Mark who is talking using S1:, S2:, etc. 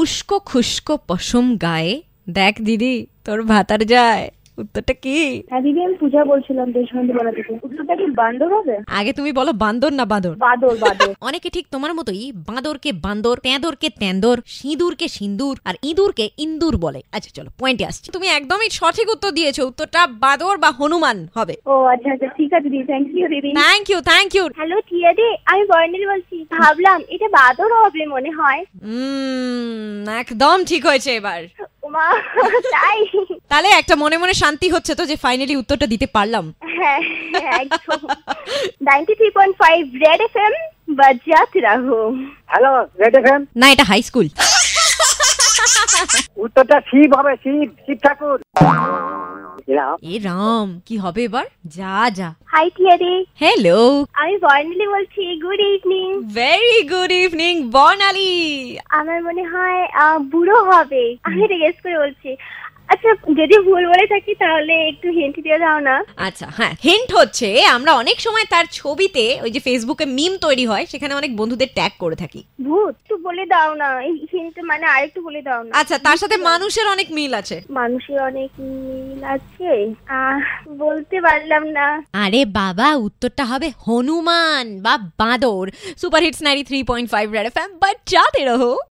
S1: উস্কো খুস্কো পশম গায়ে দেখ দিদি তোর ভাতার যায় উত্তরটা কি
S2: হ্যাঁ দিদি আমি পূজা বলছিলাম দেশবন্ধুবেলা থেকে উত্তরটা কি বান্দর হবে
S1: আগে তুমি বলো বান্দর না বাঁদর
S2: বাদর বাদর
S1: অনেকে ঠিক তোমার মতোই বাঁদরকে বান্দর তেঁদরকে তেঁদর সিঁদুরকে সিন্দুর আর ইঁদুরকে ইন্দুর বলে আচ্ছা চলো পয়েন্টে আসছি তুমি একদমই সঠিক উত্তর দিয়েছো উত্তরটা বাঁদর বা হনুমান হবে
S2: ও আচ্ছা আচ্ছা ঠিক আছে দিদি থ্যাংক ইউ দিদি
S1: thank you thank you
S2: hello Tia দি আমি বর্ণিল বলছি ভাবলাম এটা বাদর হবে মনে হয়
S1: একদম ঠিক হয়েছে এবার
S2: ওমা তাই
S1: তাহলে একটা মনে মনে শান্তি হচ্ছে তো যে ফাইনালি উত্তরটা দিতে পারলাম
S2: হ্যাঁ একদম ninety three point five red F M বাজাত রাহো
S3: হ্যালো রেড এফ এম
S1: না এটা হাই স্কুল
S3: উত্তরটা শিব হবে শিব শিব ঠাকুর এরাম
S1: এ রাম কি হবে এবার যা যা
S2: হাই টিয়া দি
S1: হ্যালো
S2: আমি বর্ণিলি বলছি good evening
S1: very good evening Barnali
S2: আমার মনে হয় আহ, বুড়ো হবে আমি এটা গেস করে বলছি আচ্ছা যদি ভুল বলে থাকি তাহলে একটু হিন্ট দিয়ে দাও না
S1: আচ্ছা হ্যাঁ হিন্ট হচ্ছে আমরা অনেক সময় তার ছবিতে ওই যে ফেসবুকে মিম তৈরি হয় সেখানে অনেক বন্ধুদের ট্যাগ করে থাকি
S2: ভূত একটু বলে দাও না এই হিন্ট মানে আরেকটু বলে দাও না
S1: আচ্ছা তার সাথে মানুষের অনেক মিল আছে
S2: মানুষের অনেক মিল আছে আহ, বলতে পারলাম না
S1: আরে বাবা উত্তরটা হবে হনুমান বা বাঁদর superhits ninety three point five red F M বাট যাতে রহো